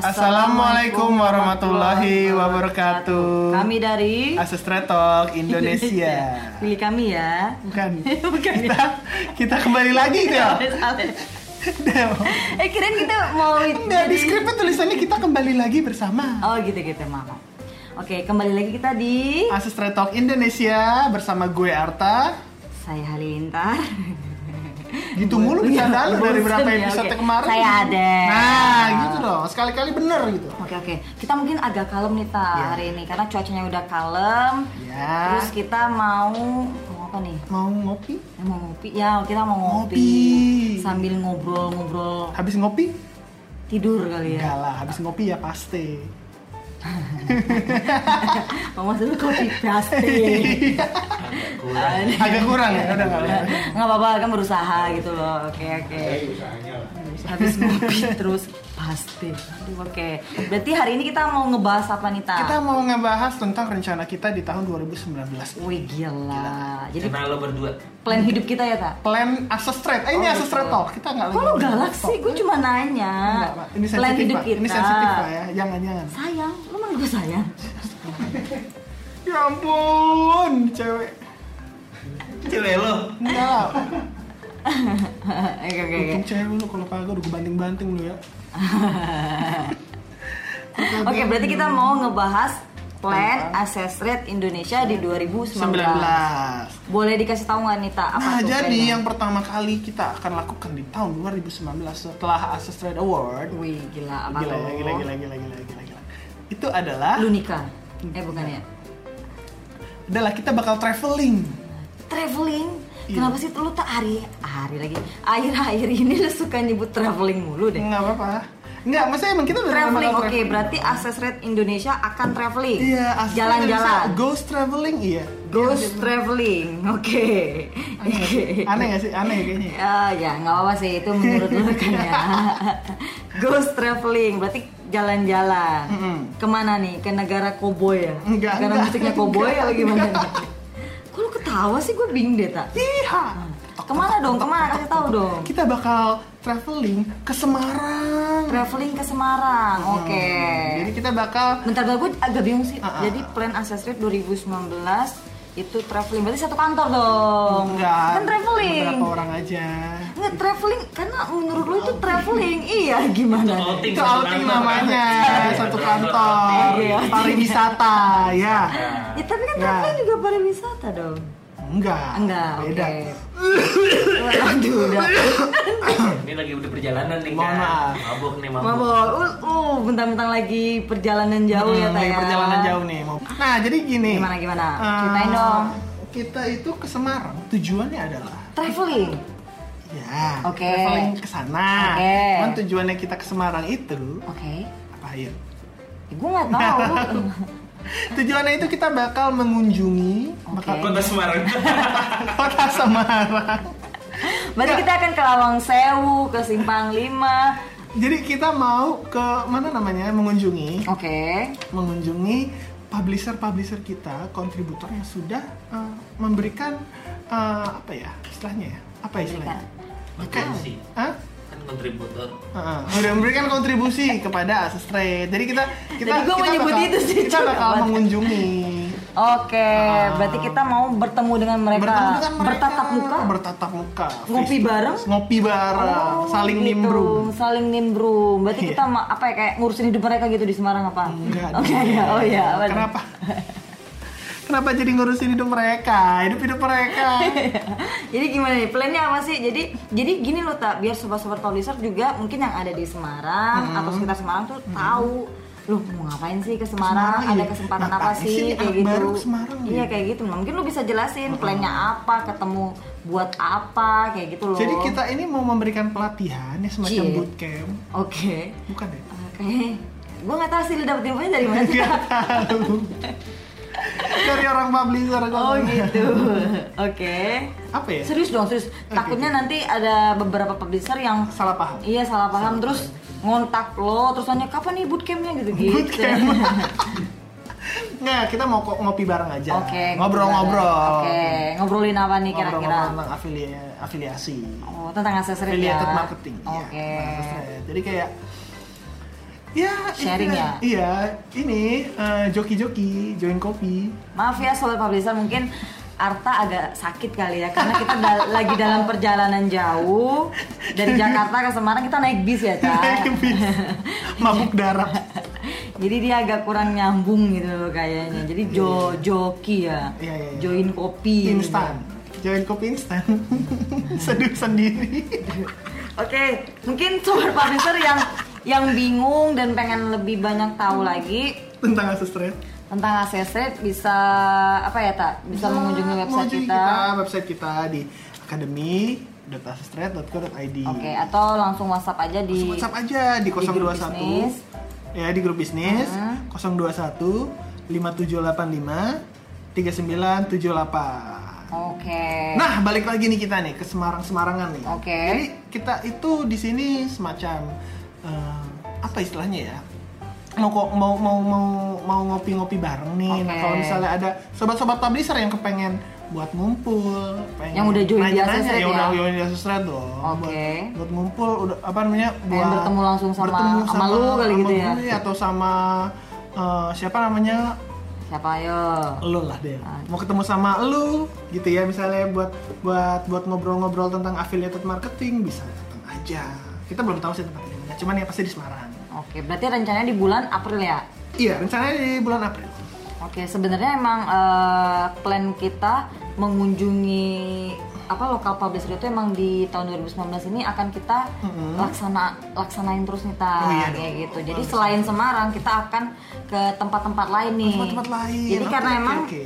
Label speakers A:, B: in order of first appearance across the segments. A: Assalamualaikum warahmatullahi wabarakatuh.
B: Kami dari
A: Asestretok Indonesia.
B: Pilih kami ya.
A: Bukan.
B: Bukan ya.
A: Kita kita kembali lagi Del. Del.
B: eh kirain kita mau
A: Del, di
B: jadi-
A: skripnya tulisannya kita kembali lagi bersama.
B: Oh gitu gitu maaf. Oke kembali lagi kita di
A: Asestretok Indonesia bersama gue Arta.
B: saya Halilintar.
A: Gitu mulu bercanda lu
B: Bosen
A: dari berapa
B: ya,
A: episode
B: oke.
A: kemarin.
B: Saya ada.
A: Nah, gitu dong. Sekali-kali bener gitu.
B: Oke oke kita mungkin agak kalem nih ta
A: Ya.
B: hari ini karena cuacanya udah kalem.
A: Ya.
B: Terus kita mau mau apa nih?
A: Mau ngopi?
B: Eh, Mau ngopi ya kita mau ngopi,
A: Ngopi.
B: sambil ngobrol-ngobrol
A: Habis ngopi?
B: tidur kali ya.
A: Enggak lah, habis ngopi ya pasti.
B: Mama dulu kopi plastik.
A: Agak kurang ya, udah
B: Iya.
A: enggak apa-apa.
B: Nggak apa-apa, kan berusaha gitu loh. Oke, oke. Habis ngopi terus pasti. Aduh, Oke. Berarti hari ini kita mau ngebahas apa nih, Ta?
A: Kita mau ngebahas tentang rencana kita di tahun 2019.
B: Wih, gila. Jadi
C: Kenal lo berdua
B: plan hidup kita ya, Ta?
A: Plan Asestret. Eh,
B: Oh,
A: ini Asestret
B: gitu.
A: Talk. Kita nggak lagi.
B: Kok lu
A: ngomongin
B: galak
A: Talk.
B: sih? Gue cuma nanya.
A: Enggak, Pak. ini
B: plan
A: sensitif,
B: hidup
A: Pak.
B: kita.
A: Ini sensitif, Pak ya. Jangan, jangan.
B: Sayang, lu emang gue sayang.
A: Ya ampun, cewek.
C: Cewek lo
A: Enggak.
B: Oke, oke, oke.
A: Untung cewek lu kalau kagak udah gue banting-banting lu ya.
B: Oke, berarti kita mau ngebahas plan access rate Indonesia di 2019.
A: 19.
B: Boleh dikasih tahu nggak Nita apa
A: Nah,
B: tuh
A: jadi
B: plannya?
A: yang pertama kali kita akan lakukan di tahun 2019 setelah Asestret Award.
B: Wih, gila apa
A: Gila,
B: lo?
A: ya, gila, gila, gila, gila, gila, gila. Itu adalah
B: Lu nikah? Eh bukan ya?
A: adalah kita bakal traveling.
B: Traveling?
A: Iya.
B: Kenapa sih lu tak hari hari lagi? Akhir-akhir ini lu suka nyebut traveling mulu deh.
A: Enggak apa-apa. Enggak, maksudnya emang kita beneran
B: Traveling,
A: bakal
B: oke, berarti akses rate Indonesia akan traveling.
A: Iya, asli
B: Jalan-jalan.
A: Indonesia. Ghost traveling iya.
B: Ghost traveling, oke.
A: Aneh nggak sih? Aneh nggak sih? Aneh kayaknya. ya?
B: Ah, ya nggak apa-apa sih itu menurut lu kan ya. Ghost traveling berarti jalan-jalan.
A: Mm-mm.
B: Kemana nih? Ke negara koboi ya?
A: Enggak,
B: Negara
A: enggak,
B: musiknya koboi
A: enggak,
B: atau gimana?
A: enggak.
B: nih? Kok lu ketawa sih? Gue bingung deh tak.
A: Iya.
B: Kemana dong? Kemana? Kasih tahu dong.
A: Kita bakal traveling ke Semarang.
B: Traveling ke Semarang, oke.
A: Hmm, Jadi kita bakal
B: Bentar, bentar gue agak bingung sih.
A: Ah, ah,
B: Jadi plan aksesori 2019 itu traveling berarti satu kantor dong.
A: enggak
B: Kan traveling.
A: beberapa orang aja.
B: Nggak traveling karena menurut lu itu traveling. iya, gimana? nih?
C: outing
A: Itu
C: satu
A: outing
C: kantor.
A: namanya satu kantor
B: Iya.
A: pariwisata ya.
B: Ya, tapi kan
A: Ya.
B: traveling juga pariwisata dong. Ah,
A: Enggak.
B: Enggak, oke.
A: Beda.
B: Waduh, udah.
C: Ini lagi udah perjalanan nih
A: Mohon
C: kan
A: maaf.
C: Mabuk nih mabuk,
B: Mabok. Uh, uh, bentar-bentar lagi perjalanan jauh ya,
A: Hmm,
B: Taya.
A: lagi perjalanan jauh nih. mau- Nah, jadi gini.
B: Gimana gimana?
A: Eh,
B: Ceritain dong.
A: Kita itu ke Semarang tujuannya adalah
B: Traveling.
A: ya
B: Oke.
A: traveling ke sana.
B: Oke.
A: Cuman tujuannya kita ke Semarang itu
B: Oke.
A: apa ya?
B: Ya, gue nggak tahu.
A: Tujuannya itu kita bakal mengunjungi bakal
B: Oke.
C: Kota Semarang
A: kota Semarang.
B: Berarti kita akan ke Lawang Sewu, ke Simpang Lima.
A: Jadi kita mau ke mana namanya mengunjungi
B: Oke.
A: mengunjungi publisher-publisher kita, kontributor yang sudah eh, memberikan eh, apa ya istilahnya ya? Apa istilahnya?
C: Kontribusi
A: Hah?
C: Kan kontributor
A: Heeh, udah memberikan kontribusi kepada Asus Trade. Jadi kita kita
B: Tadi gua
A: kita
B: mau nyebut
A: bakal,
B: itu sih,
A: kita
B: cuma
A: bakal
B: buat-
A: mengunjungi
B: Oke,
A: Ah.
B: berarti kita mau bertemu dengan mereka.
A: bertemu dengan mereka
B: Bertatap muka.
A: bertatap muka
B: Ngopi
A: Face to
B: bareng?
A: face, ngopi bareng
B: Oh,
A: saling
B: gitu.
A: nimbrung
B: Saling nimbrung. Berarti
A: Iya.
B: kita ma- apa ya kayak ngurusin hidup mereka gitu di Semarang apa?
A: Enggak
B: Oke,
A: dong.
B: ya. Oh iya. apa?
A: kenapa kenapa jadi ngurusin hidup mereka hidup hidup mereka
B: jadi gimana nih plannya apa sih? Jadi jadi gini loh tak biar sobat-sobat publisher juga mungkin yang ada di Semarang
A: Hmm.
B: atau sekitar Semarang tuh tahu loh mau ngapain sih ke Semarang?
A: Semarang,
B: ada
A: iya.
B: kesempatan apa
A: Ngapain
B: sih
A: sih nih
B: kayak
A: anak
B: gitu?
A: baru ke Semarang
B: iya
A: gitu. Hmm.
B: kayak gitu. Mungkin lu bisa jelasin plannya apa, ketemu buat apa kayak gitu loh.
A: jadi kita ini mau memberikan pelatihan ya semacam
B: Cie.
A: bootcamp
B: Oke.
A: bukan ya
B: Oke. Gue nggak tahu sih lu dapet infonya dari mana.
A: nggak tahu dari orang publisher
B: Oh gitu. Oke.
A: apa ya
B: Serius dong, serius. Takutnya nanti ada beberapa publisher yang
A: salah paham
B: iya salah paham terus ngontak lo terus tanya kapan nih bootcampnya gitu gitu.
A: Bootcamp. Nggak, kita mau ko- ngopi bareng aja.
B: Oke.
A: Ngobrol-ngobrol.
B: Oke, ngobrolin apa nih kira-kira?
A: Ngobrol-ngobrol tentang afilia- afiliasi.
B: Oh, tentang aksesoris ya.
A: Affiliated marketing. ya,
B: Oke.
A: tentang aksesoris. Jadi kayak Ya,
B: Sharing ya?
A: iya, Iya, ini eh, joki-joki join kopi.
B: Maaf ya sobat publisher mungkin Arta agak sakit kali ya karena kita da- lagi dalam perjalanan jauh dari Jakarta ke Semarang kita naik bis ya Cak.
A: Mabuk darah.
B: Jadi dia agak kurang nyambung gitu loh kayaknya. Jadi jo joki ya.
A: Iya, iya, iya.
B: Join kopi. gitu ya.
A: Instan. Join kopi instan. Seduh sendiri.
B: Oke, mungkin sobat publisher yang yang bingung dan pengen lebih banyak tahu lagi
A: Tentang asus thread.
B: tentang ACC bisa apa ya tak bisa mengunjungi website kita.
A: Nah, mengunjungi website kita di akademi.asusthread.co.id.
B: Oke, atau langsung WhatsApp aja di
A: Langsung WhatsApp aja di
B: grup
A: 021
B: bisnis.
A: ya di grup bisnis 021 5785 3978.
B: Oke.
A: Nah, balik lagi nih kita nih ke Semarang-Semarangan nih.
B: Oke.
A: Jadi kita itu di sini semacam eh, apa istilahnya ya? Mau kok mau mau mau mau ngopi-ngopi bareng nih. Nah,
B: Oke.
A: kalau misalnya ada sobat-sobat publisher yang kepengen buat ngumpul, pengen
B: Yang udah join di
A: nanya-nanya,
B: Asusred
A: ya,
B: ya?
A: udah join di Asusred dong.
B: Oke.
A: Buat, buat ngumpul udah apa namanya?
B: Pengen
A: buat
B: bertemu langsung sama-
A: bertemu
B: sama lu kali
A: sama
B: gitu ya?
A: gue atau sama eh, siapa namanya
B: Siapa ayo?
A: lo lah deh
B: Ah.
A: mau ketemu sama lu gitu ya misalnya buat buat buat ngobrol-ngobrol tentang affiliated marketing bisa datang aja kita belum tahu sih tempatnya dimana, cuman ya pasti di Semarang
B: Oke, berarti rencananya di bulan April ya.
A: iya rencananya di bulan April
B: Oke, sebenarnya emang eh, plan kita mengunjungi apa lokal publisher itu emang di tahun 2019 ini akan kita
A: Mhm.
B: laksana laksanain terus nih Ta.
A: Oh iya
B: kayak
A: dong.
B: gitu. Jadi selain Semarang kita akan ke tempat-tempat lain nih.
A: tempat-tempat lain
B: Jadi
A: Oke,
B: karena
A: oke,
B: emang
A: oke.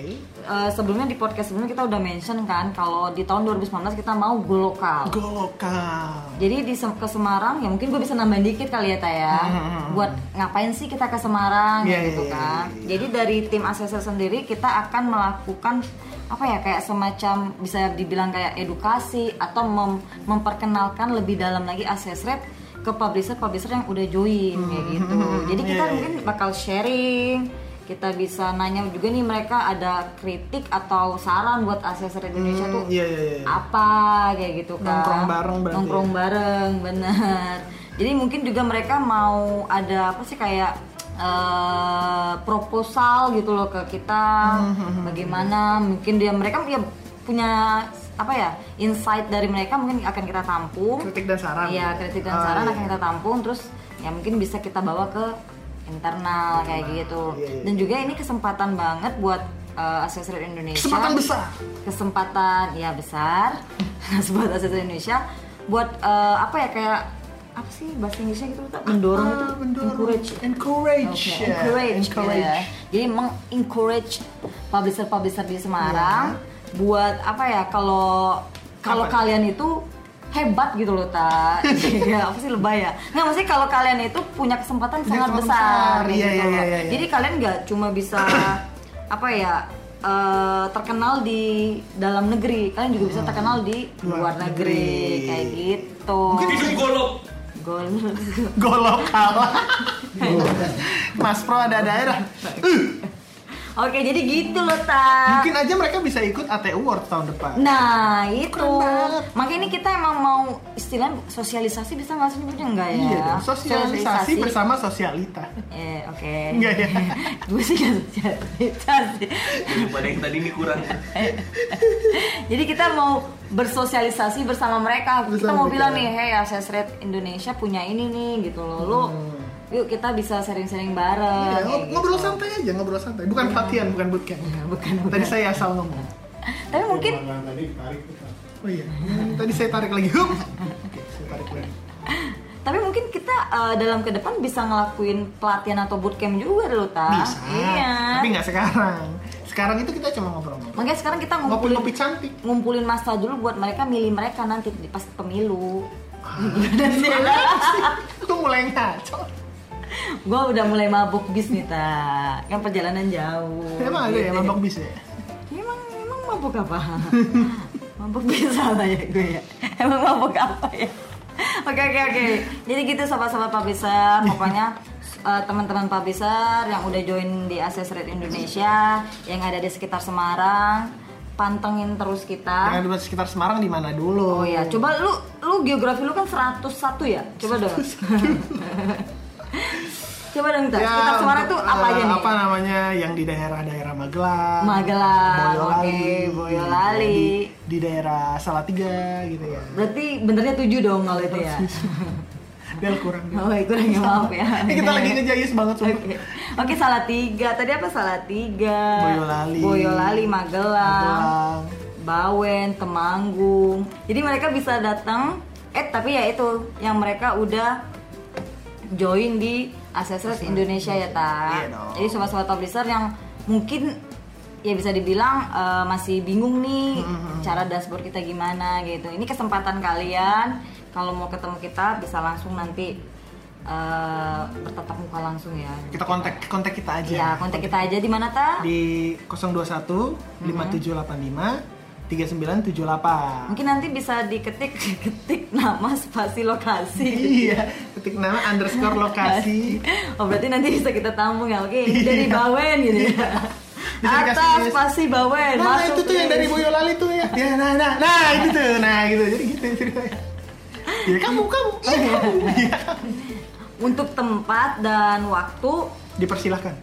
B: eh, sebelumnya di podcast sebelumnya kita udah mention kan kalau di tahun 2019 kita mau go lokal.
A: go lokal
B: Oh. Jadi di Sem- ke Semarang ya mungkin gue bisa nambahin dikit kali ya Taya buat ngapain sih kita ke Semarang
A: Hmm. Iya,
B: gitu
A: iya, iya,
B: kan.
A: iya, iya.
B: Jadi dari tim asesor sendiri kita akan melakukan apa ya kayak semacam bisa dibilang kayak edukasi atau mem- memperkenalkan lebih dalam lagi asesret ke publisher-publisher yang udah join kayak gitu. Jadi
A: iya,
B: kita
A: iya,
B: mungkin bakal sharing kita bisa nanya juga nih mereka ada kritik atau saran buat asesor Indonesia
A: Hmm,
B: tuh
A: iya iya iya
B: apa kayak gitu kan
A: Nongkrong bareng berarti ya?
B: nongkrong bareng bener jadi mungkin juga mereka mau ada apa sih kayak eh, proposal gitu loh ke kita
A: Hmm.
B: bagaimana mungkin dia mereka ya punya apa ya insight dari mereka mungkin akan kita tampung
A: kritik dan saran
B: Iya kritik dan
A: Oh,
B: saran
A: iya.
B: akan kita tampung terus ya mungkin bisa kita bawa ke internal kayak gitu
A: iya, iya.
B: dan juga ini kesempatan banget buat uh, asesor Indonesia
A: kesempatan besar
B: kesempatan ya besar buat asesor Indonesia buat eh, apa ya kayak apa sih bahasa Inggrisnya gitu Ustaz? mendorong itu
A: Ah, mendorong.
B: encourage
A: encourage
B: Oke,
A: ya.
B: encourage, gitu
A: Encourage.
B: ya. Jadi meng-encourage publisher-publisher di Semarang buat apa ya kalau kalau
A: Apa?
B: kalian itu hebat gitu loh ta ya apa sih lebay ya nggak maksudnya kalau kalian itu punya kesempatan
A: Punya
B: sangat
A: kesempatan
B: besar,
A: besar,
B: kayak
A: iya,
B: gitu
A: iya,
B: loh.
A: iya, iya.
B: jadi kalian nggak cuma bisa apa ya eh, terkenal di dalam negeri kalian juga bisa terkenal di luar,
A: Hmm. Luar
B: negeri.
A: negeri.
B: kayak gitu
C: Hidup golok.
B: gol
A: go lokal Mas Pro ada daerah
B: oke jadi gitu loh ta
A: mungkin aja mereka bisa ikut AT Award tahun depan
B: Nah itu
A: Keren banget.
B: makanya ini kita emang mau istilah sosialisasi bisa nggak sih nyebutnya enggak ya?
A: Iya dong, sosialisasi bersama sosialita.
B: Eh, oke.
A: Enggak ya?
B: Gue sih nggak sosialisasi.
C: Daripada yang tadi ini kurang.
B: Jadi kita mau bersosialisasi bersama mereka. kita
A: Bersama
B: mau
A: mereka.
B: bilang nih, hey Access Rate Indonesia punya ini nih gitu loh. Lu yuk kita bisa sering-sering bareng.
A: Hmm. Iya,
B: kayak
A: ngob-
B: gitu.
A: ngobrol santai aja, ngobrol santai. Bukan pelatihan, bukan bootcamp.
B: Iya. Bukan, bukan.
A: Tadi saya asal ngomong.
B: Tapi mungkin
A: Iya,
D: Nah, tadi ditarik kita.
A: Oh iya, Hmm, tadi saya tarik lagi. Hup. Oke, saya tarik lagi.
B: Tapi mungkin kita eh, dalam ke depan bisa ngelakuin pelatihan atau bootcamp juga dulu, Ta.
A: Bisa,
B: Iya.
A: tapi nggak sekarang. Sekarang itu kita cuma ngobrol-ngobrol.
B: Makanya sekarang kita ngumpulin
A: Ngopi-ngopi cantik.
B: ngumpulin masa dulu buat mereka milih mereka nanti di pas pemilu.
A: Itu mulai ngaco.
B: Gue udah mulai mabuk bis nih, Ta. Kan perjalanan jauh.
A: Emang ada ya,
B: Gitu.
A: mabok bis ya?
B: Emang emang mabuk apa? mabuk bisa lah ya gue ya. Emang mabuk apa ya? Oke oke oke. Jadi gitu sahabat-sahabat publisher, pokoknya eh, teman-teman publisher yang udah join di Access Rate Indonesia, yang ada di sekitar Semarang, pantengin terus
A: Jangan
B: kita.
A: di sekitar Semarang di mana dulu.
B: Ah? Oh ya, coba lu lu geografi lu kan 101 ya? Coba dong. Coba dong kita. Sekitar Semarang
A: untuk,
B: tuh apa aja
A: eh,
B: nih?
A: Apa namanya yang di daerah-daerah Magelang,
B: Magelang,
A: Boyolali,
B: oke, Boyolali.
A: Di, di daerah Salatiga gitu ya.
B: Berarti benernya tujuh dong kalau itu ya.
A: Del kurang. Del.
B: Oh, kurang ya maaf ya.
A: Ini kita lagi ngejayus banget
B: Oke,
A: sumpah.
B: oke salah tiga. Tadi apa salah tiga?
A: Boyolali.
B: Boyolali, Magelang,
A: Magelang.
B: Bawen, Temanggung. Jadi mereka bisa datang. Eh tapi ya itu yang mereka udah join di Accessories Indonesia ya ta.
A: Iya dong.
B: Jadi sobat-sobat publisher yang mungkin ya bisa dibilang eh, masih bingung nih
A: Mm-hmm.
B: cara dashboard kita gimana gitu. Ini kesempatan kalian kalau mau ketemu kita bisa langsung nanti eh, bertatap muka langsung ya.
A: Kita kontak kontak kita aja.
B: Iya, kontak kita aja di mana ta?
A: di 021 5785 3978.
B: Mungkin nanti bisa diketik ketik nama spasi lokasi.
A: Iya, ketik nama underscore lokasi.
B: Oh berarti nanti bisa kita tampung ya, oke? Dari Bawen gitu ya.
A: Iya. Bisa dikasih
B: Atas
A: list.
B: pasti Bawen.
A: Nah,
B: masuk
A: itu tuh yang dari
B: please.
A: Boyolali tuh ya. Ya, nah, nah, nah, itu tuh, nah gitu. Jadi gitu ceritanya. Ya kamu, kamu, iya kamu. Iya.
B: Untuk tempat dan waktu. iya.
A: Dipersilahkan.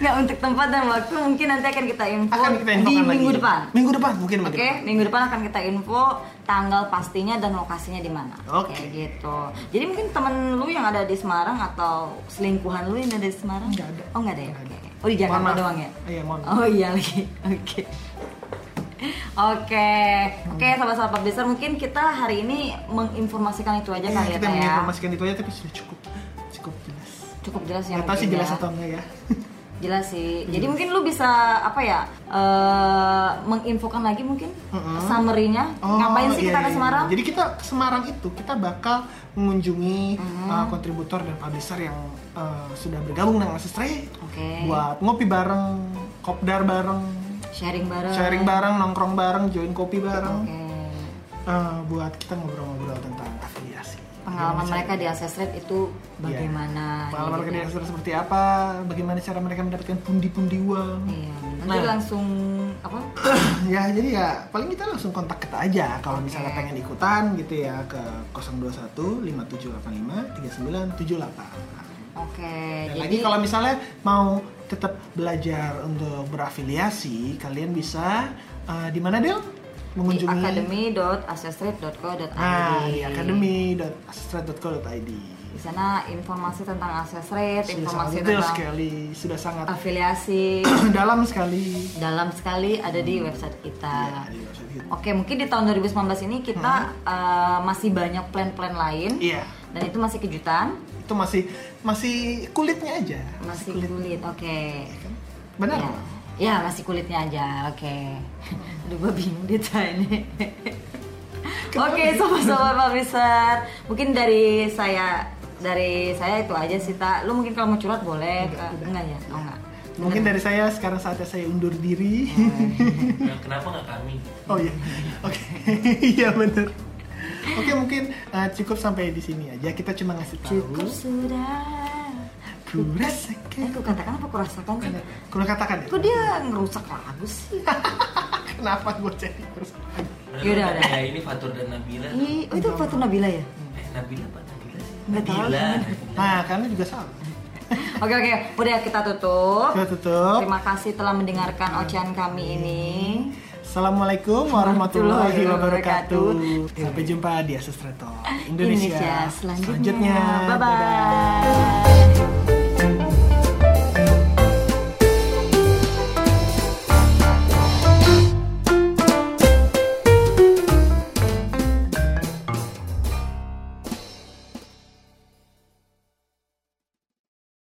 B: Nggak untuk tempat dan waktu mungkin nanti akan kita info,
A: Akan kita
B: di
A: infokan lagi.
B: minggu depan.
A: Minggu depan mungkin
B: Oke,
A: minggu depan.
B: minggu depan akan kita info tanggal pastinya dan lokasinya di mana.
A: Oke.
B: Kayak gitu. Jadi mungkin temen lu yang ada di Semarang atau selingkuhan lu yang ada di Semarang?
A: Nggak ada.
B: Oh nggak ada ya.
A: Nggak ada.
B: Oke. Oh di Jakarta
A: Mohon maaf.
B: doang ya?
A: Iya, mohon maaf.
B: Oh iya lagi. Oke. Oke, oke
A: Hmm.
B: sahabat-sahabat publisher mungkin kita hari ini menginformasikan itu aja
A: Iya,
B: kali ya.
A: kita
B: Teh, ya.
A: menginformasikan itu aja tapi sudah cukup cukup jelas.
B: Cukup jelas ya.
A: Nggak tahu sih
B: mungkin
A: jelas
B: ya.
A: atau Hmm. enggak ya.
B: Jelas sih. Jadi mungkin lu bisa apa ya? eh, menginfokan lagi mungkin
A: Mm-mm.
B: summary-nya. Ngapain sih kita
A: iya, Hmm. iya,
B: ke
A: iya.
B: Semarang?
A: Jadi kita ke Semarang itu kita bakal mengunjungi
B: Mm-hmm.
A: uh, kontributor dan publisher yang uh, sudah bergabung dengan Asestre
B: Oke.
A: buat ngopi bareng, kopdar bareng,
B: Sharing bareng.
A: sharing bareng, nongkrong bareng, join kopi
B: Oke.
A: bareng, uh, buat kita ngobrol-ngobrol tentang afiliasi.
B: Pengalaman
A: Bagaimana
B: mereka
A: cara-
B: di Access Rate itu
A: Iya.
B: bagaimana?
A: Pengalaman mereka
B: gitu
A: di
B: ya.
A: Asestre seperti apa? Bagaimana cara mereka mendapatkan pundi-pundi uang?
B: Iya. Nanti
A: Nah.
B: langsung apa?
A: ya jadi ya paling kita langsung kontak kita aja kalau misalnya
B: Oke.
A: pengen ikutan gitu ya ke 021 5785 3978
B: Oke.
A: dan
B: jadi
A: lagi kalau misalnya mau tetap belajar untuk berafiliasi kalian bisa eh, di mana Del
B: di
A: mengunjungi
B: academy.accessrate.co.id.
A: ah di academy.astra.co.id
B: Di sana informasi tentang access rate,
A: sudah sangat
B: informasi
A: detail
B: tentang
A: sekali sudah sangat
B: afiliasi
A: dalam sekali
B: dalam sekali ada di website kita.
A: ya, di website kita. Hmm.
B: Oke, mungkin di tahun 2019 ini kita eh, masih banyak plan-plan lain
A: iya
B: dan itu masih kejutan,
A: itu masih masih kulitnya aja
B: masih kulit. Oke.
A: benar
B: Ya.
A: nggak?
B: Ya, masih kulitnya aja. Oke. Aduh, gue bingung deh Ca, ini. Oke, sobat-sobat publisher. Mungkin dari saya dari saya itu aja sih, Tak. Lu mungkin kalau mau curhat boleh. Kak.
A: Enggak, udah.
B: Enggak ya? Oh, enggak.
A: Mungkin dari saya sekarang saatnya saya undur diri.
C: Nah, kenapa nggak kami?
A: Oh iya. Oke. Iya benar. Oke, mungkin uh, cukup sampai di sini aja. Kita cuma ngasih tahu.
B: Cukup sudah.
A: Ku rasakan.
B: Eh, ku katakan apa ku rasakan sih?
A: Ku katakan ya.
B: Kok dia ngerusak lagu sih?
A: Kenapa gue jadi terus?
B: Yaudah, udah.
C: Ya, ini Fatur dan Nabila.
B: Ih, oh, itu foto Nabila ya?
C: Eh, Nabila apa Nabila? sih?
B: Nggak tahu.
C: Nabila.
A: Nah, karena juga salah.
B: Oke, oke. Udah kita tutup.
A: Kita tutup.
B: Terima kasih telah mendengarkan ocehan kami ini.
A: Assalamualaikum warahmatullahi
B: Warahmatullahi
A: wabarakatuh. Sampai jumpa di Asus Reto Indonesia.
B: selanjutnya. Bye-bye.